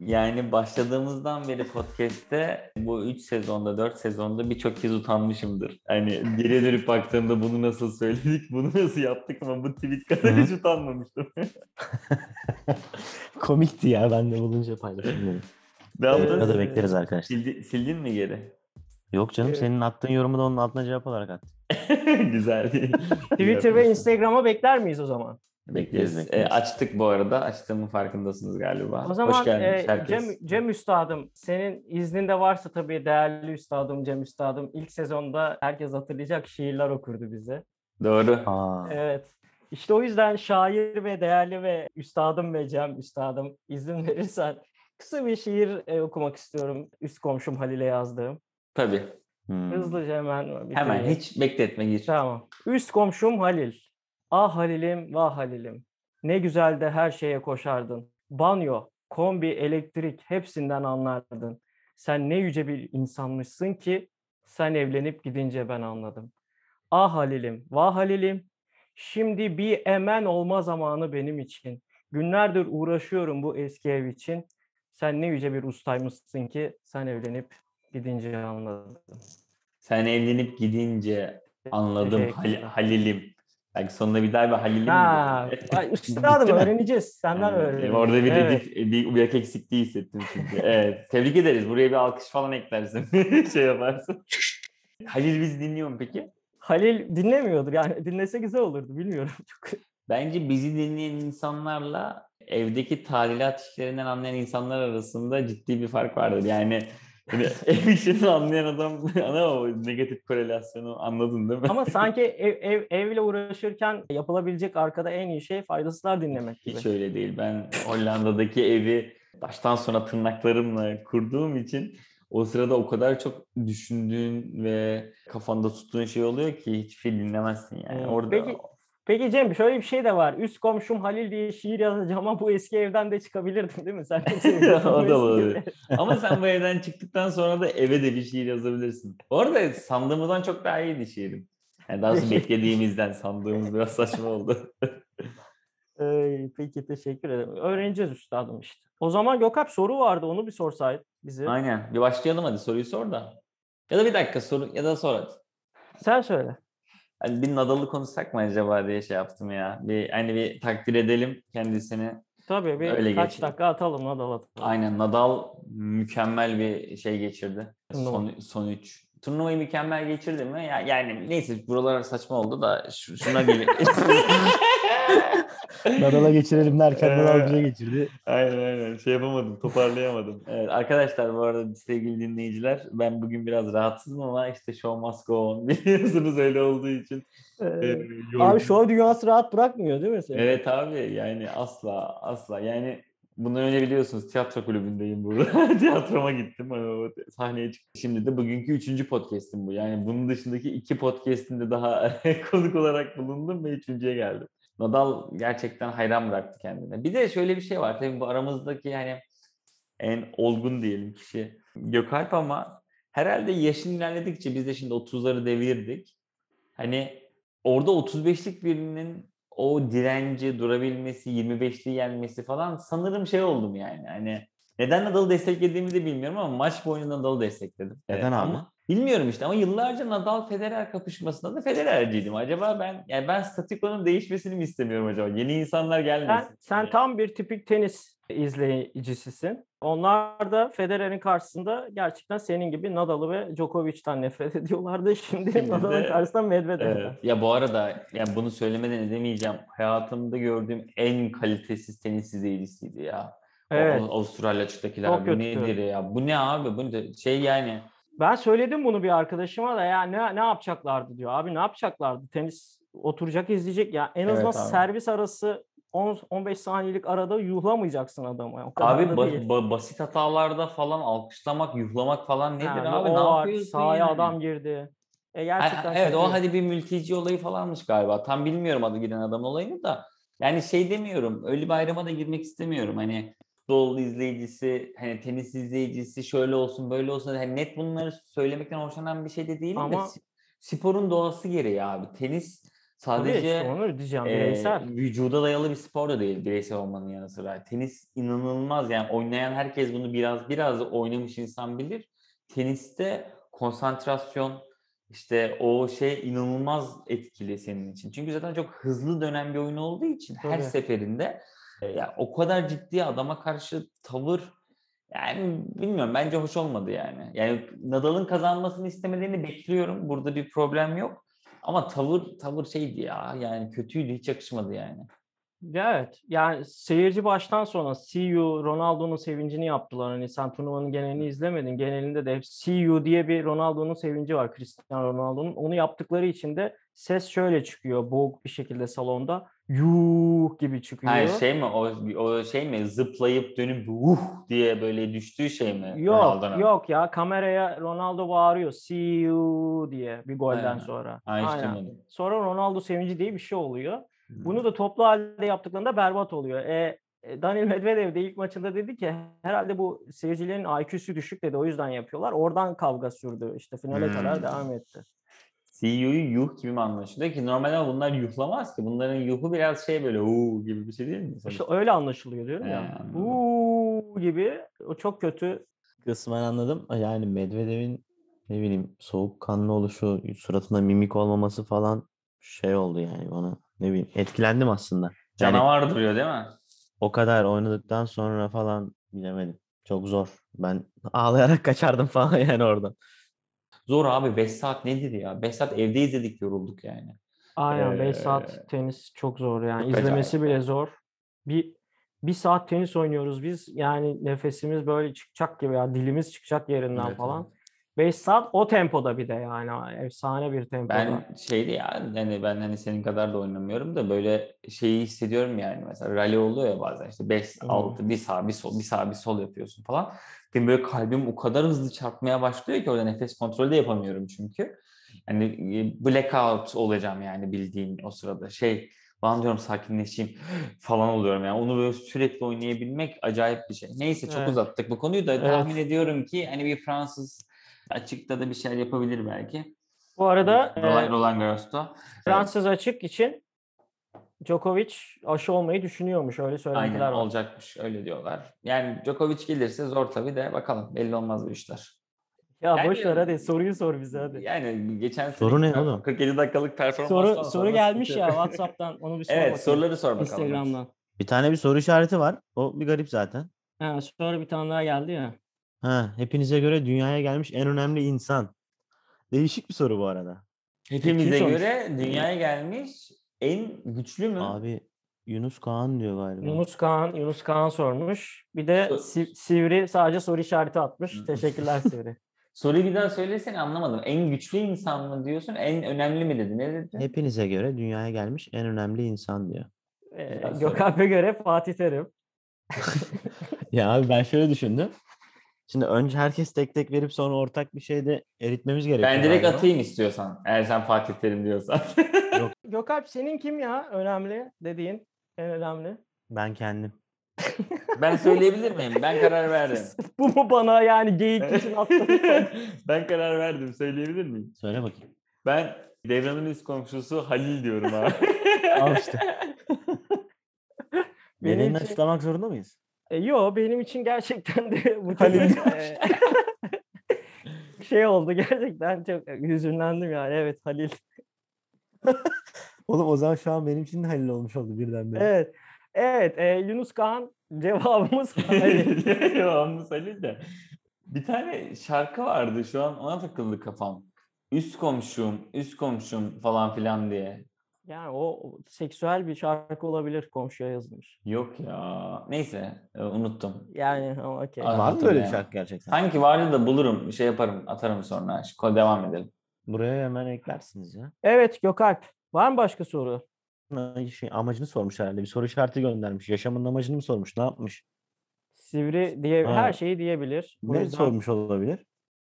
Yani başladığımızdan beri podcast'te bu 3 sezonda 4 sezonda birçok kez utanmışımdır. Hani geriye dönüp baktığımda bunu nasıl söyledik, bunu nasıl yaptık ama bu tweet kadar Hı hı. hiç utanmamıştım. Komikti ya ben de bulunca paylaşayım dedim. Ben Arada bunu- Ee, bekleriz arkadaşlar. Sildi- sildin mi geri? Yok canım Evet. senin attığın yorumu da onun altına cevap olarak attım. Güzel. Twitter ve Instagram'a bekler miyiz o zaman? Bekleriz. Bekleriz, bekleriz. E, açtık bu arada. Açtığımın farkındasınız galiba. O zaman Hoş geldiniz e, herkes. Cem, Cem Üstadım, senin iznin de varsa tabii değerli Üstadım Cem Üstadım. ilk sezonda herkes hatırlayacak şiirler okurdu bize. Doğru. Aa, Evet. İşte o yüzden şair ve değerli ve üstadım ve Cem üstadım izin verirsen kısa bir şiir e, okumak istiyorum. Üst komşum Halil'e yazdığım. Tabii. hmm. Hızlıca hemen. bitireyim. Hemen hiç bekletme gir. Tamam. Üst komşum Halil. Ah Halil'im vah Halil'im. Ne güzel de her şeye koşardın. Banyo, kombi, elektrik hepsinden anlardın. Sen ne yüce bir insanmışsın ki sen evlenip gidince ben anladım. Ah Halil'im vah Halil'im. Şimdi bir emen olma zamanı benim için. Günlerdir uğraşıyorum bu eski ev için. Sen ne yüce bir ustaymışsın ki sen evlenip gidince anladım. Sen evlenip gidince anladım Teşekkürler. Hal- Halil'im. Belki sonunda bir daha bir Halil'im. Ha, dedi. ay, üstadım Bitti mi? öğreneceğiz. Senden Yani, öğreneceğiz. Orada bir Evet. dedik bir, bir eksikliği hissettim çünkü. evet, tebrik ederiz. Buraya bir alkış falan eklersin. şey yaparsın. Halil biz dinliyor mu peki? Halil dinlemiyordur. Yani dinlese güzel olurdu. Bilmiyorum. Çok Bence bizi dinleyen insanlarla evdeki tadilat işlerinden anlayan insanlar arasında ciddi bir fark vardır. Yani hani ev işini anlayan adam ana o negatif korelasyonu anladın değil mi? Ama sanki ev, ev, evle uğraşırken yapılabilecek arkada en iyi şey faydasızlar dinlemek gibi. Hiç öyle değil. Ben Hollanda'daki evi baştan sona tırnaklarımla kurduğum için o sırada o kadar çok düşündüğün ve kafanda tuttuğun şey oluyor ki hiç film dinlemezsin yani. Hmm. Orada Peki- Peki Cem şöyle bir şey de var. Üst komşum Halil diye şiir yazacağım ama bu eski evden de çıkabilirdim değil mi? Sen çok seviyorsun bu o eski da olabilir. evi. Ama sen bu evden çıktıktan sonra da eve de bir şiir yazabilirsin. Bu arada sandığımızdan çok daha iyiydi şiirim. Yani daha doğrusu beklediğimizden sandığımız biraz saçma oldu. Ay, peki teşekkür ederim. Öğreneceğiz üstadım işte. O zaman Gökalp soru vardı onu bir sorsaydı bize. Aynen. Bir başlayalım hadi soruyu sor da. Ya da bir dakika soru ya da sor hadi. Sen söyle. Hani bir Nadal'ı konuşsak mı acaba diye şey yaptım ya. Bir, hani bir takdir edelim kendisini. Tabii bir Öyle kaç geçelim. dakika atalım Nadal atalım. Aynen Nadal mükemmel bir şey geçirdi. Turnuva. Son, son üç. Turnuvayı mükemmel geçirdi mi? Ya, yani neyse buralar saçma oldu da şu- şuna gel. Nadal'a geçirelim derken Ee, Nadal bize geçirdi. aynen aynen şey yapamadım toparlayamadım. Evet, arkadaşlar bu arada sevgili dinleyiciler ben bugün biraz rahatsızım ama işte show must go on biliyorsunuz öyle olduğu için. Ee, Ee, yorgun- Abi şov dünyası rahat bırakmıyor değil mi seni? Evet abi yani asla asla yani bundan önce biliyorsunuz tiyatro kulübündeyim burada. Tiyatroma gittim hani o sahneye çıktım. Şimdi de bugünkü üçüncü podcast'im bu. Yani bunun dışındaki iki podcast'imde daha konuk olarak bulundum ve üçüncüye geldim. Nadal gerçekten hayran bıraktı kendine. Bir de şöyle bir şey var. Tabii bu aramızdaki yani en olgun diyelim kişi Gökalp ama herhalde yaşın ilerledikçe biz de şimdi 30'ları devirdik. Hani orada 35'lik birinin o direnci, durabilmesi, 25'li yenmesi falan sanırım şey oldum yani. Hani neden Nadal'ı desteklediğimi de bilmiyorum ama maç boyunca Nadal'ı destekledim. Neden abi? ama- bilmiyorum işte ama yıllarca Nadal Federer kapışmasında da Federer'ciydim. Acaba ben yani ben statikonun değişmesini mi istemiyorum acaba? Yeni insanlar gelmesin. Sen, sen tam bir tipik tenis izleyicisisin. Onlar da Federer'in karşısında gerçekten senin gibi Nadal'ı ve Djokovic'ten nefret ediyorlardı. Şimdi Şimdi Nadal'ın de- karşısında Medvedev'den. Evet. Ya bu arada yani bunu söylemeden edemeyeceğim. Hayatımda gördüğüm en kalitesiz tenis izleyicisiydi ya. Evet. O, Av- Avustralya açıktakiler Çok bu kötü. nedir ya? Bu ne abi? Bu ne? şey yani Ben söyledim bunu bir arkadaşıma da ya ne ne yapacaklardı diyor. Abi ne yapacaklardı? Tenis oturacak izleyecek ya. En Evet azından abi. servis arası 10 15 saniyelik arada yuhlamayacaksın adamı. O kadar abi da ba- değil. ba- basit hatalarda falan alkışlamak, yuhlamak falan nedir Yani abi? o Ne var, yapıyorsun? Sahaya yani? adam girdi. E Ha- gerçekten evet kötü. o hadi bir mülteci olayı falanmış galiba. Tam bilmiyorum adı giden adam olayını da. Yani şey demiyorum. Öyle bir ayrıma da girmek istemiyorum. Hani futbol izleyicisi, hani tenis izleyicisi şöyle olsun böyle olsun. Hani net bunları söylemekten hoşlanan bir şey de değilim de Ama- si- sporun doğası gereği abi. Tenis Sadece Tabii işte onu diyeceğim. Ee, Bireysel. vücuda dayalı bir spor da değil bireysel olmanın yanı sıra. Tenis inanılmaz yani oynayan herkes bunu biraz biraz da oynamış insan bilir. Teniste konsantrasyon işte o şey inanılmaz etkili senin için. Çünkü zaten çok hızlı dönen bir oyun olduğu için her Tabii. seferinde e, ya o kadar ciddi adama karşı tavır yani bilmiyorum bence hoş olmadı yani. Yani Nadal'ın kazanmasını istemelerini bekliyorum. Burada bir problem yok. Ama tavır tavır şeydi ya yani kötüydü hiç yakışmadı yani. Evet. Yani seyirci baştan sona see you Ronaldo'nun sevincini yaptılar. Hani sen turnuvanın genelini izlemedin. Genelinde de hep see you diye bir Ronaldo'nun sevinci var. Cristiano Ronaldo'nun. Onu yaptıkları için de ses şöyle çıkıyor. Boğuk bir şekilde salonda. Yuh gibi çıkıyor. Hayır şey mi o, o şey mi zıplayıp dönüp uh diye böyle düştüğü şey mi? Yok Ronaldo'nun? yok ya kameraya Ronaldo bağırıyor see you diye bir golden Ha, sonra. Ha, hiç Aynen. duymadım. Sonra Ronaldo sevinci diye bir şey oluyor. Bunu da toplu halde yaptıklarında berbat oluyor. E, e, Daniil Medvedev de ilk maçında dedi ki herhalde bu seyircilerin IQ'su düşük dedi o yüzden yapıyorlar. Oradan kavga sürdü işte finale Hmm. kadar devam etti. CEO'yu E yuh gibi mi anlaşılıyor ki normalde ama bunlar yuhlamaz ki. Bunların yuhu biraz şey böyle uh gibi bir şey değil mi? İşte öyle anlaşılıyor diyorum He, ya. anladım. Uuu gibi o çok kötü. Kısmen anladım. Yani Medvedev'in ne bileyim soğukkanlı oluşu, suratında mimik olmaması falan şey oldu yani bana. Ne bileyim etkilendim aslında. Yani Canavar duruyor değil mi? o kadar oynadıktan sonra falan bilemedim. Çok zor. Ben ağlayarak kaçardım falan yani oradan. Zor abi 5 saat nedir ya? 5 saat evde izledik yorulduk yani. Aynen 5 Ee, saat tenis çok zor yani çok izlemesi acayip. bile zor. Bir bir saat tenis oynuyoruz biz yani nefesimiz böyle çıkacak gibi ya dilimiz çıkacak yerinden Evet, falan. 5 saat o tempoda bir de yani efsane bir tempoda. Ben şeydi ya hani ben hani senin kadar da oynamıyorum da böyle şeyi hissediyorum yani mesela rally oluyor ya bazen işte 5 Hmm. 6 bir sağ bir sol bir sağ bir sol yapıyorsun falan. Benim böyle kalbim o kadar hızlı çarpmaya başlıyor ki orada nefes kontrolü de yapamıyorum çünkü. Yani e, blackout olacağım yani bildiğin o sırada şey falan diyorum sakinleşeyim falan oluyorum yani onu böyle sürekli oynayabilmek acayip bir şey. Neyse çok Evet. uzattık bu konuyu da Evet. tahmin ediyorum ki hani bir Fransız açıkta da bir şeyler yapabilir belki. Bu arada Roland, e, Roland Garros'ta. Fransız açık için Djokovic aşı olmayı düşünüyormuş öyle Aynen söylentiler var. olacakmış öyle diyorlar. Yani Djokovic gelirse zor tabii de bakalım belli olmaz bu işler. Ya Yani- boş ver hadi soruyu sor bize hadi. Yani geçen Soru seneki ne oğlum? 47 dakikalık performanstan Soru sonra soru gelmiş sıkıntı ya yok. WhatsApp'tan onu bir sor evet bakayım. soruları sor bakalım. Instagram'dan. Bir tane bir soru işareti var. O bir garip zaten. Ha, sonra bir tane daha geldi ya. Ha, hepinize göre dünyaya gelmiş en önemli insan. Değişik bir soru bu arada. Hepimize Kim sormuş? göre dünyaya gelmiş en güçlü mü? Abi Yunus Kağan diyor galiba. Yunus Kağan, Yunus Kağan sormuş. Bir de Sor- Si- Sivri sadece soru işareti atmış. Hı. Teşekkürler Sivri. Soruyu bir daha söylesene anlamadım. En güçlü insan mı diyorsun? En önemli mi dedi? Ne dedi? Hepinize göre dünyaya gelmiş en önemli insan diyor. Ee, Güzel soru. Gökalp'e göre Fatih Terim. Ya abi ben şöyle düşündüm. Şimdi önce herkes tek tek verip sonra ortak bir şeyde eritmemiz gerekiyor. ben direkt galiba. atayım istiyorsan. Eğer sen Fatih Terim diyorsan. Gökalp senin kim ya önemli dediğin en önemli? Ben kendim. ben söyleyebilir miyim? Ben karar verdim. Bu mu bana yani geyik için attığın ben karar verdim. Söyleyebilir miyim? Söyle bakayım. Ben Devran'ın üst komşusu Halil diyorum abi. Al işte. Benim Benim için- açıklamak zorunda mıyız? E, yo benim için gerçekten de bu çok Halil e, şey oldu gerçekten çok hüzünlendim yani evet Halil. Oğlum o zaman şu an benim için de halil olmuş oldu birdenbire. Evet. Evet e, Yunus Kağan cevabımız Halil. Devamlı Halil de. Bir tane şarkı vardı şu an ona takıldı kafam. Üst komşum, üst komşum falan filan diye. Yani o seksüel bir şarkı olabilir komşuya yazılmış. Yok ya. Neyse e, unuttum. Yani ama okey. Aa. Var mı böyle bir Ya. şarkı gerçekten? Sanki vardı da bulurum. Şey yaparım atarım sonra. Şu- Devam edelim. Buraya hemen eklersiniz ya. Evet Gökalp var mı başka soru? Ay, Şey, amacını sormuş herhalde. Bir soru işareti göndermiş. Yaşamın amacını mı sormuş? Ne yapmış? Sivri diye Ha. her şeyi diyebilir. Bu ne yüzden- sormuş olabilir?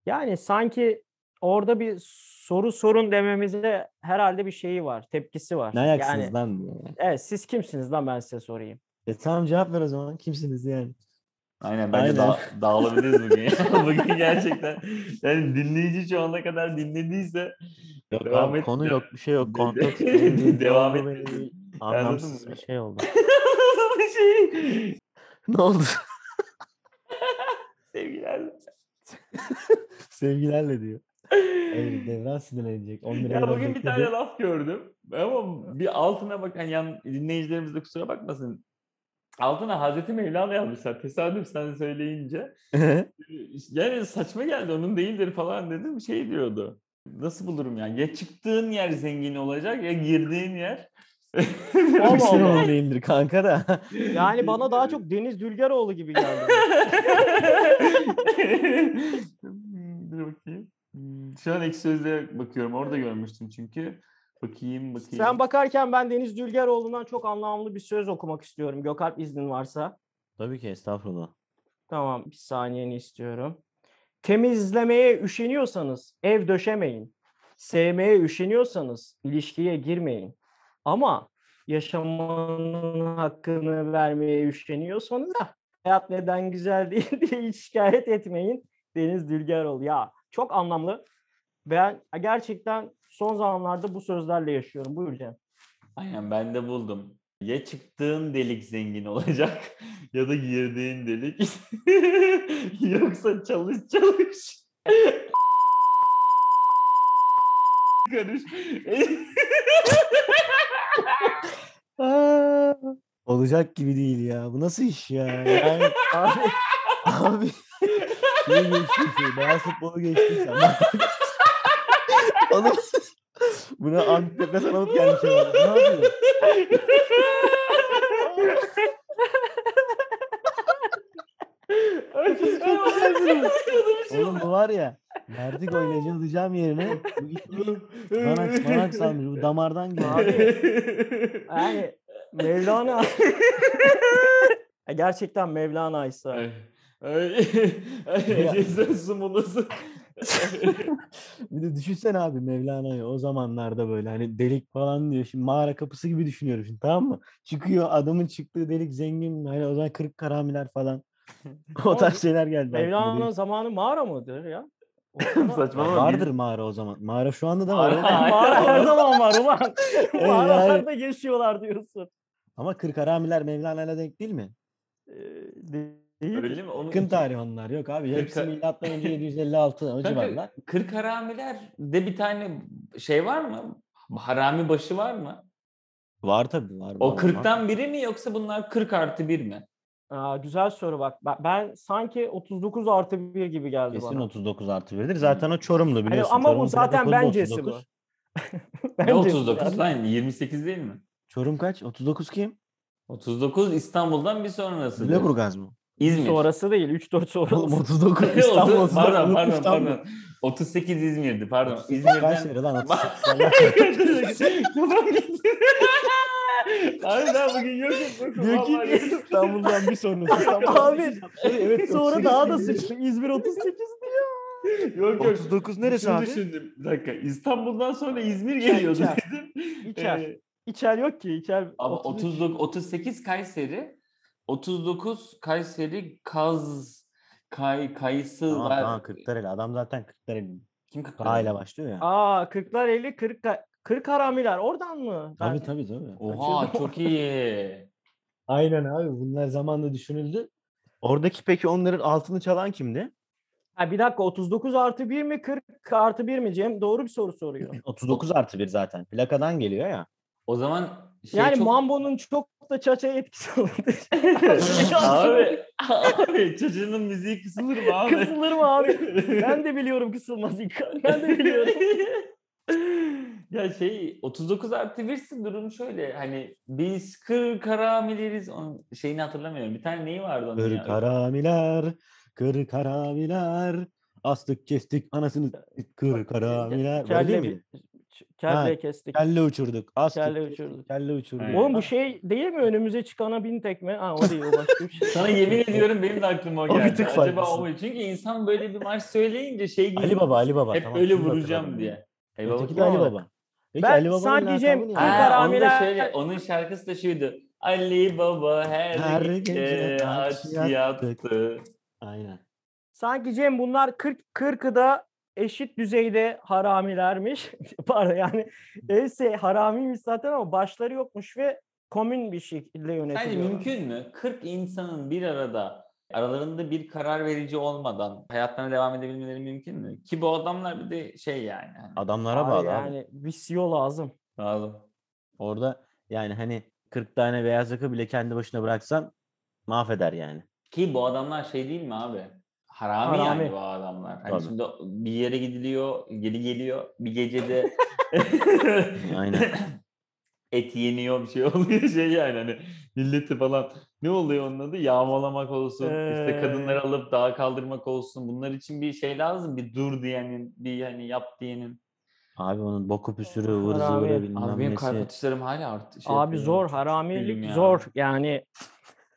Yani sanki orada bir soru sorun dememize herhalde bir şeyi var, tepkisi var. Ne ayaksınız yani, lan? diyor. Evet, siz kimsiniz lan ben size sorayım. E tamam cevap ver o zaman. Kimsiniz yani? Aynen bence Aynen. da- dağılabiliriz bugün. ya. bugün gerçekten yani dinleyici şu ana kadar dinlediyse Yok Devam abi, et konu ya. yok bir şey yok. De- Kontakt de- verildiği devam cevabı et. verildiği mı? Anlamsız bir şey oldu. bir şey. ne oldu? Sevgiler. Sevgilerle diyor. Hayır Devran sinirlenecek. 11 Ya Eylül bugün bir bekledi. tane laf gördüm. Ama bir altına bakan yan dinleyicilerimiz de kusura bakmasın. Altına Hazreti Mevlana yazmışlar. Tesadüf sen söyleyince. Yani saçma geldi onun değildir falan dedim. Şey diyordu. Nasıl bulurum yani? Ya çıktığın yer zengin olacak ya girdiğin yer. Şey Ama Hepsini Allah. onu değildir kanka da. Yani bana daha çok Deniz Dülgeroğlu gibi geldi. Dur bakayım. Hmm, Şu an ek sözlüğe bakıyorum. Orada görmüştüm çünkü. Bakayım bakayım. Sen bakarken ben Deniz Dülgeroğlu'ndan çok anlamlı bir söz okumak istiyorum. Gökalp iznin varsa. Tabii ki estağfurullah. Tamam bir saniyeni istiyorum. Temizlemeye üşeniyorsanız ev döşemeyin. Sevmeye üşeniyorsanız ilişkiye girmeyin. Ama yaşamanın hakkını vermeye üşeniyorsanız da hayat neden güzel değil diye hiç şikayet etmeyin. Deniz Dülgeroğlu ya çok anlamlı. Ben gerçekten son zamanlarda bu sözlerle yaşıyorum. Buyur Cem. Aynen ben de buldum. Ya çıktığın delik zengin olacak ya da girdiğin delik. Yoksa çalış çalış. Karış. Aa, Olacak gibi değil ya. Bu nasıl iş ya? Yani abi abi şey geçti şey. Beyaz futbolu geçti sen. Oğlum buna Antep'e sanıp gelmiş herhalde. Ne yapıyor? çok güzel Oğlum bu var ya. Verdik oynayıcı alacağım yerine. Bu gitmiş. Manak, manak sanmış. Bu damardan geliyor. Abi. Yani Mevlana Ya gerçekten Mevlana ise. Ay. Ay. Ay. Ya. Jason Sumunası. Bir de düşünsene abi Mevlana'yı o zamanlarda böyle hani delik falan diyor. Şimdi mağara kapısı gibi düşünüyorum şimdi tamam mı? Çıkıyor adamın çıktığı delik zengin hani o zaman kırık karamiler falan. o Ama tarz şeyler geldi. aklıma Mevlana'nın direkt. zamanı mağara mıdır ya? O Saçmalama. Ama Ya vardır bir- mağara o zaman. Mağara şu anda da var. Mağara- oğlum. Ay, Mağara her Allah. zaman var ulan. Evet, yani. Mağaralarda yaşıyorlar diyorsun. Ama kırık karamiler Mevlana'yla denk değil mi? Ee, de- değil. Öyle mi? Onun Yakın tarih onlar. Yok abi. Kırk- Hepsi milattan önce 756 o Kanka, civarlar. Kırk Haramiler'de bir tane şey var mı? Harami başı var mı? Var tabii var. var, O var. 40'tan biri mi yoksa bunlar 40 artı 1 mi? Aa, güzel soru bak. Ben, ben sanki 39 artı 1 gibi geldi Kesin bana. Hani 39 artı 1'dir. Zaten o Çorumlu biliyorsun. ama bu Çorum'un zaten plaka kodu bencesi bu. 39. Ne Bence 39 lan 28 değil mi? Çorum kaç? 39 kim? 39 İstanbul'dan bir sonrası. Lüleburgaz mı? İzmir. Sonrası değil. 3-4 Oğlum sonrası. 39 Otuz- İstanbul. pardon 39 pardon İstanbul. pardon. 38 İzmir'di pardon. İzmir'den. İzmir'den. lan Bak- 38 Allah. Kafam gitti. Abi daha bugün yok yok. yok, Diyor vallahi yok. ki İstanbul'dan bir sonrası İstanbul. Abi evet, sonra 38 daha da İzmir. sıçtı. İzmir 38 diyor. Yok yok. 39 neresi Şunu abi? düşündüm. Bir dakika. İstanbul'dan sonra İzmir İçer, geliyordu içer. dedim. İçer. Ee, İçer yok ki. İçer ama 33. 39, 38 Kayseri, 39 Kayseri Kaz Kay Kayısı Tamam var. tamam 40 Adam zaten 40 Dereli. Kim K ile Kırklareli? başlıyor ya. Aa 40'lar 50 40 40 haramiler oradan mı? Ben- Tabii tabii tabii. Oha çok iyi. Aynen abi bunlar zamanla düşünüldü. Oradaki peki onların altını çalan kimdi? Ha, bir dakika 39 artı 1 mi 40 artı 1 mi Cem? Doğru bir soru soruyor. 39 artı 1 zaten. Plakadan geliyor ya. O zaman şey yani çok... Mambo'nun çok da çaçaya etkisi olabilir. abi, abi çocuğunun müziği kısılır mı abi? Kısılır mı abi? Ben de biliyorum kısılmaz ilk. Ben de biliyorum. ya şey 39 artı 1 durum şöyle hani biz kır karamileriz onun şeyini hatırlamıyorum. Bir tane neyi vardı onun Kır ya? karamiler, kır karamiler. Astık kestik anasını s- kır karamiler. Böyle değil Kelle, miydi? bir- kelle kestik. Kelle uçurduk. Astık Kelle kelle uçurduk. uçurduk. Kelle uçurduk. Aynen. Oğlum bu şey değil mi önümüze çıkana bin tekme? Ha o değil o başka bir şey. Sana yemin ediyorum benim de aklıma o O bir geldi. tık Acaba farklısın. o mu? Çünkü insan böyle bir maç söyleyince şey gibi Ali Baba, Ali Baba. hep tamam, öyle şimdi vuracağım hatırladım. diye. Ey baba Öteki kim de Ali olarak? Baba. Peki Ben Ali Baba'nın sanki Cem lakabı ne? Kırk Ha, onu da Karamiler- şöyle onun şarkısı da şuydu. Ali Baba her, Her gece, gece aç aç yattı. Aynen. Sanki Cem bunlar 40 kırkıda eşit düzeyde haramilermiş. Pardon yani neyse haramiymiş zaten ama başları yokmuş ve komün bir şekilde yönetiliyor. Sence mümkün mü? 40 insanın bir arada aralarında bir karar verici olmadan hayatlarına devam edebilmeleri mümkün mü? Ki bu adamlar bir de şey yani. hani Adamlara bağlı abi. yani bir CEO lazım. Lazım. Orada yani hani 40 tane beyaz yaka bile kendi başına bıraksan mahveder yani. Ki bu adamlar şey değil mi abi? Harami, Harami. yani bu adamlar. Hani Tabii. şimdi bir yere gidiliyor, geri geliyor. Bir gecede Aynen. et yeniyor bir şey oluyor şey yani hani milleti falan ne oluyor onun adı yağmalamak olsun işte Ee. kadınları alıp dağa kaldırmak olsun bunlar için bir şey lazım bir dur diyenin bir hani yap diyenin Abi onun boku püsürü vır Harami. zıvırı abi bilmem benim nesi. kalp atışlarım hala arttı şey Abi yapıyor. zor Çok üzgünüm haramilik ya. zor yani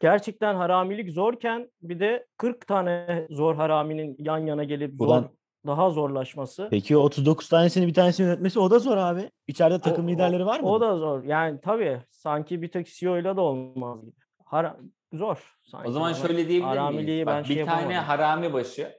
gerçekten haramilik zorken bir de 40 tane zor haraminin yan yana gelip zor Ulan- daha zorlaşması. Peki o 39 tanesini bir tanesini yönetmesi o da zor abi. İçeride takım O- liderleri var mı? O da zor. Yani tabii sanki bir tek CEO'yla da olmaz gibi. Hara- zor sanki. o zaman bana. şöyle diyebilir Haramiliği miyiz? ben Bak, şey bir tane yapamadım. harami başı,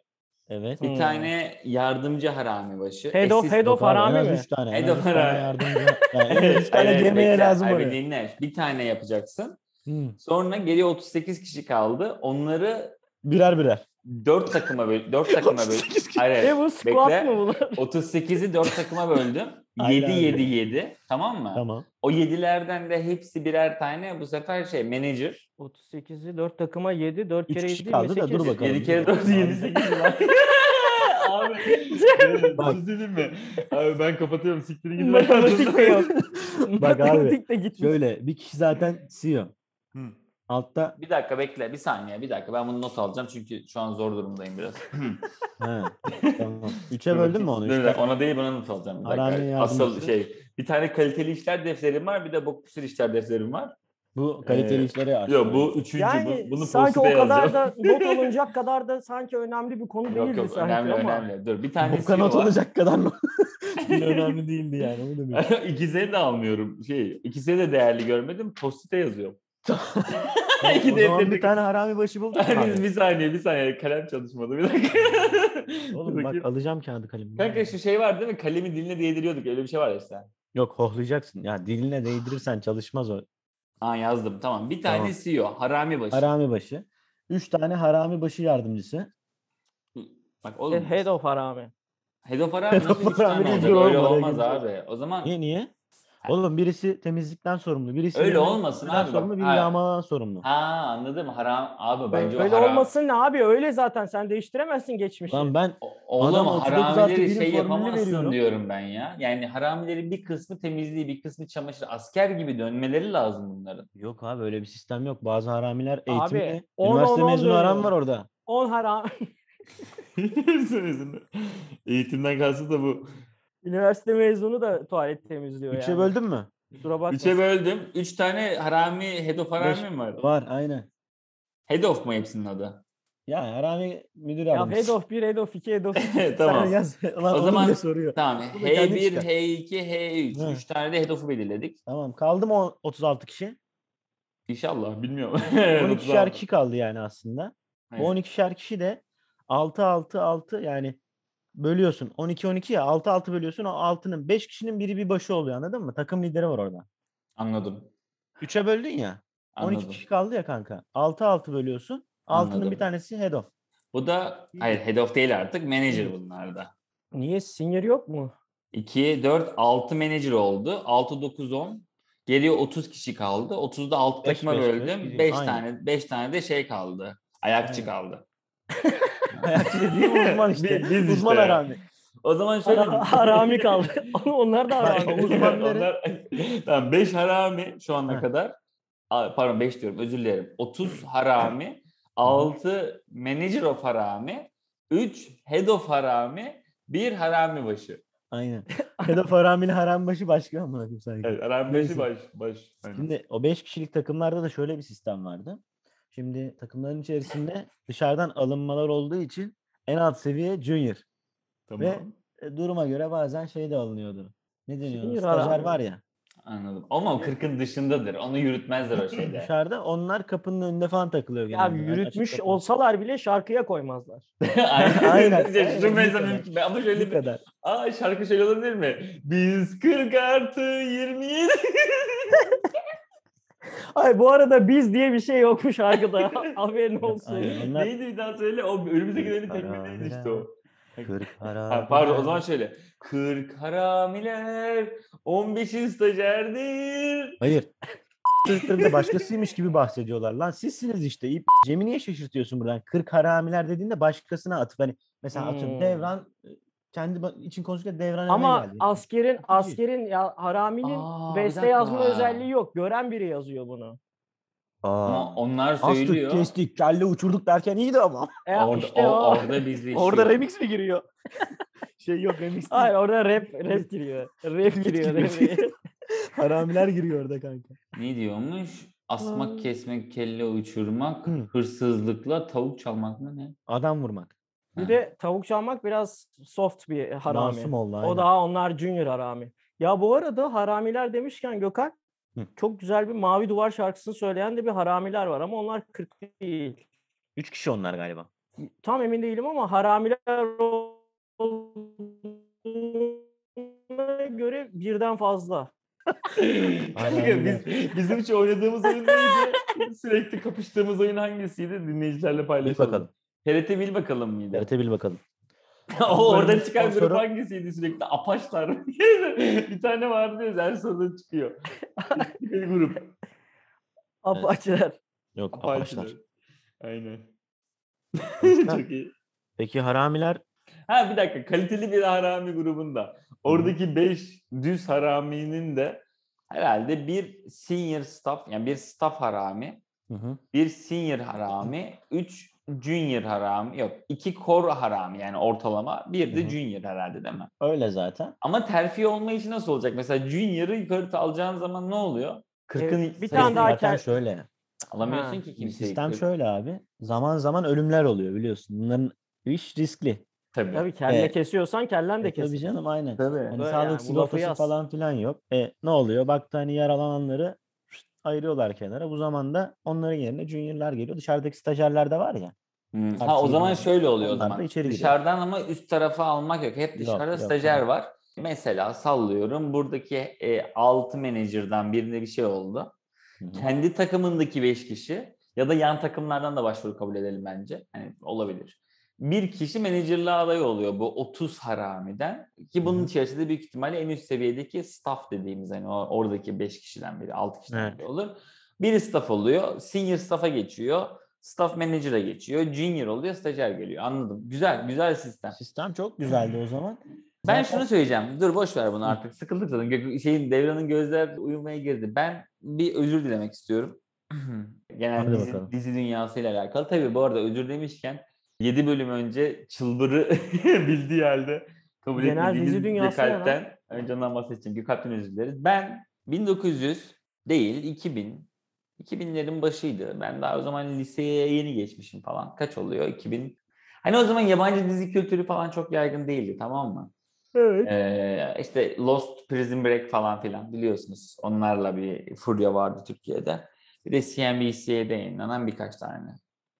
Evet. bir Hmm. tane yardımcı harami başı. Head of- assist- head of Yok abi, en harami az mi? üç tane. en Head az of üç tane harami. yardımcı- Yani en az Hayır, üç tane hayır, gemiye bekle. lazım Abi oraya. dinle. Bir tane yapacaksın. Hmm. Sonra geriye 38 kişi kaldı. Onları Birer birer. 4 takıma böl 4 takıma böl. 38 kişi. Hayır, hayır. E bu squat Bekle. mı bunlar? 38'i 4 takıma böldüm. Aynen 7 öyle. 7 7 tamam mı? Tamam. O 7'lerden de hepsi birer tane bu sefer şey manager. 38'i 4 takıma 7, 4 Üç kere 7 kişi kaldı da dur bakalım. 7 kere 4 7 8 mi lan? Abi Bak. bir şey diyeyim mi? Abi ben kapatıyorum siktirin gidin. Matematik de yok. Bak abi, Matematik de gitmiyor. Şöyle bir kişi zaten CEO. Hı. Altta Bir dakika bekle bir saniye bir dakika ben bunu not alacağım çünkü şu an zor durumdayım biraz. ha. tamam. Üçe böldün mü onu? Dur, Üçte- dur, ona değil bana not alacağım. Bir Haramiye dakika. yardımcısı. Asıl şey. Bir tane kaliteli işler defterim var bir de bok püsür işler defterim var. Bu kaliteli Ee, işleri aç. Yok bu üçüncü Yani bu. Bunu sanki o postaya kadar yazacağım. da not alınacak kadar da sanki önemli bir konu Yok değildi yok sanki önemli ama. önemli. Dur bir Bu tane CEO kanat var. olacak kadar mı? önemli değildi yani. Onu demek. İkisini de almıyorum. Şey, ikisini de değerli görmedim. Postite yazıyorum. Tamam, İki o zaman bir defterlik- tane harami başı bulduk. Hani Abi. bir saniye bir saniye kalem çalışmadı bir dakika. Oğlum Bir bak bakayım. alacağım kağıdı kalemi. Kanka şu şey var değil mi? Kalemi diline değdiriyorduk. Öyle bir şey var ya işte. Yok hohlayacaksın. Ya diline değdirirsen çalışmaz o. Aa yazdım. Tamam. Bir tane Tamam. CEO. Harami başı. Harami başı. Üç tane harami başı yardımcısı. Bak E, oğlum. Head of harami. Head of Harami Head of nasıl üç Harami tane diyor olacak? Öyle oğlum, oraya olmaz gidiyor. abi. O zaman Niye niye? Oğlum birisi temizlikten sorumlu. Birisi öyle yemek olmasın yemekten abi. Bak. sorumlu, biri Ha, yağmadan sorumlu. ha anladım. Haram abi bence Öyle o haram. olmasın ne abi? Öyle zaten sen değiştiremezsin geçmişi. Lan ben O- Oğlum Adam altıda kız artı haramileri birin şey formülünü yapamazsın veriyorum. diyorum ben ya. Yani haramilerin bir kısmı temizliği, bir kısmı çamaşır. Asker gibi dönmeleri lazım bunların. yok abi öyle bir sistem yok. Bazı haramiler Abi, eğitimli. on, Üniversite on, on mezunu haram var dönüyor. orada. 10 harami. Eğitimden kalsın da bu. Üniversite mezunu da tuvalet temizliyor şey Üçe yani. böldün mü? Kusura bakma. Üçe böldüm. Üç tane harami, head of harami Beş- mi var? Var aynen. Head of mu hepsinin adı? Ya harami müdür Ya yardımcısı. head of 1, head of 2, head of 3. tamam. Sen yaz. Lan O onu zaman- bile soruyor. Tamam. Bu da kendi H1, çıkar. H2, H3. He. Üç tane de head of'u belirledik. Tamam kaldı mı o 36 kişi? İnşallah. Bilmiyorum. 12'şer kişi kaldı yani aslında. Evet. Bu 12'şer kişi de 6 6 6 yani bölüyorsun. 12 12 ya 6 6 bölüyorsun. O 6'nın 5 kişinin biri bir başı oluyor anladın mı? Takım lideri var orada. Anladım. 3'e böldün ya. 12 Anladım. kişi kaldı ya kanka. 6 6 bölüyorsun. 6'nın Anladım. bir tanesi head of. Bu da hayır head of değil artık. Manager bunlar da. Niye senior yok mu? 2, 4, 6 manager oldu. 6, 9, 10. Geriye 30 kişi kaldı. 30'da 6 Beş, takıma beş, beş böldüm. gidiyor. 5 Aynen. tane 5 tane de şey kaldı. Ayakçı Aynen. kaldı. Hayatçı dediğim Şey uzman işte. Biz- biz uzman işte. harami. O zaman şöyle Hara- harami kaldı. Onlar da Hayır, harami. uzmanları- Onlar tamam 5 harami şu ana Ha. kadar. Aa, Pardon 5 diyorum özür dilerim. 30 harami, 6 manager of harami, 3 head of harami, 1 harami başı. Aynen. Head of haramili haram başı başka amına koyayım sanki. Evet, harami başı Neyse. baş baş. Aynen. Şimdi o 5 kişilik takımlarda da şöyle bir sistem vardı. Şimdi takımların içerisinde dışarıdan alınmalar olduğu için en alt seviye junior. Tamam. E, duruma göre bazen şey de alınıyordu. Ne deniyor? Senior Stajyer abi. var ya. Anladım. Ama o 40'ın dışındadır. Onu yürütmezler o şeyde. Dışarıda onlar kapının önünde falan takılıyor. Ya genelde. Açık yürütmüş kapı. olsalar bile şarkıya koymazlar. Aynen. Aynen. Aynen. Şaşırmayız mümkün. Ama Bu şöyle bir... kadar. Aa şarkı şöyle olabilir mi? Biz 40 artı 27. Ay bu arada biz diye bir şey yokmuş arkada. Haberin olsun. Aynen. Onlar Neydi bir daha söyle. O önümüze gideni Kırk tekmeleydi işte haramiler. o. kırk Ha, haramiler. pardon o zaman şöyle. 40 haramiler 15 stajyerdir. Hayır. Sırtlarım da başkasıymış gibi bahsediyorlar. Lan sizsiniz işte. İp. Cem'i niye şaşırtıyorsun buradan? Kırk haramiler dediğinde başkasına atıp hani mesela atıyorum Hmm. Devran e, kendi ba- için konuşurken Devran Ama geldi. askerin askerin ya haraminin Aa, bir beste dakika. yazma özelliği yok. Gören biri yazıyor bunu. Ama Aa. onlar Astık söylüyor. kestik, kelle uçurduk derken iyiydi ama. E, Orada, işte o- o. orada bizde işi Orada yok. remix mi giriyor? şey yok remix değil. Hayır orada rap rap giriyor. Rap giriyor. giriyor. rap. Haramiler giriyor orada kanka. Ne diyormuş? Asmak, Aa. kesmek, kelle uçurmak, Hı. hırsızlıkla tavuk çalmak mı ne? Adam vurmak. bir Ha. de tavuk çalmak biraz soft bir harami. Masum oldu. O aynen. daha onlar junior harami. Ya bu arada haramiler demişken Gökhan Hı. çok güzel bir Mavi Duvar şarkısını söyleyen de bir haramiler var ama onlar 40 değil. Üç kişi onlar galiba. Tam emin değilim ama haramiler olduğuna göre birden fazla. Kanka biz, bizim şu oynadığımız oyun neydi? Sürekli kapıştığımız oyun hangisiydi? Dinleyicilerle Bil paylaşalım. bakalım. TRT Bil bakalım mıydı? Ötebil bakalım. o oradan Bölümün çıkan grup sponsoru- hangisiydi sürekli? Apaçlar. bir tane vardı ya her sonunda çıkıyor. bir grup. Apaçiler. Yok Apaçlar. apaçlar. Aynen. Başka? Çok iyi. Peki haramiler Ha bir dakika kaliteli bir harami grubunda. Oradaki 5 düz haraminin de herhalde bir senior staff yani bir staff harami, Hı hı. bir senior harami, 3 junior harami yok iki core harami yani ortalama bir Hı de hı. junior herhalde değil mi? öyle zaten. Ama terfi olma işi nasıl olacak? Mesela junior'ı yukarı alacağın zaman ne oluyor? 40'ın Evet, E, bir tane sayısını daha zaten kel- şöyle. alamıyorsun Ha. ki Şimdi kimseyi. sistem 40. şöyle abi. Zaman zaman ölümler oluyor biliyorsun. Bunların iş riskli. Tabii. Tabii kelle Evet. kesiyorsan kellen de E, tabii kesilir. canım aynen. Tabii. Hani Böyle yani, sağlık bu lafı sigortası yaz. falan filan yok. E ne oluyor? Baktı hani yaralananları şşt, ayırıyorlar kenara. Bu zaman da onların yerine juniorlar geliyor. Dışarıdaki stajyerler de var ya. Hmm, Ha Artı o zaman yirmi. şöyle oluyor o Onlar da zaman. içeri giriyor. Dışarıdan ama üst tarafa almak yok. Hep dışarıda yok, stajyer yok. var. Mesela sallıyorum buradaki e, 6 menajerden birine bir şey oldu. Hı hı. Kendi takımındaki 5 kişi ya da yan takımlardan da başvuru kabul edelim bence. Hani olabilir. Bir kişi menajerliğe aday oluyor bu 30 haramiden. Ki bunun Hı hı. içerisinde büyük ihtimalle en üst seviyedeki staff dediğimiz hani o- oradaki 5 kişiden biri 6 kişiden Evet. biri olur. Biri staff oluyor. Senior staff'a geçiyor. Staff manager'a geçiyor. Junior oluyor. Stajyer geliyor. Anladım. Güzel. Güzel sistem. Sistem çok güzeldi o zaman. Ben Zaten- şunu söyleyeceğim. Dur boş ver bunu Hı. artık. Sıkıldık zaten. Gök- Şeyin Devran'ın gözler uyumaya girdi. Ben bir özür dilemek istiyorum. Genel Hadi dizi, bakalım. dizi dünyasıyla alakalı. Tabii bu arada özür demişken 7 bölüm önce çılbırı bildiği halde kabul Genel dizi etmediğiniz dünyası ne lan? Gökalp'ten önceden bahsedeceğim. Gökalp'ten özür dileriz. Ben 1900 değil 2000 2000'lerin başıydı. Ben daha o zaman liseye yeni geçmişim falan. Kaç oluyor? 2000. Hani o zaman yabancı dizi kültürü falan çok yaygın değildi tamam mı? Evet. Ee, işte Lost, Prison Break falan filan biliyorsunuz. Onlarla bir furya vardı Türkiye'de. Bir de CNBC'de yayınlanan birkaç tane.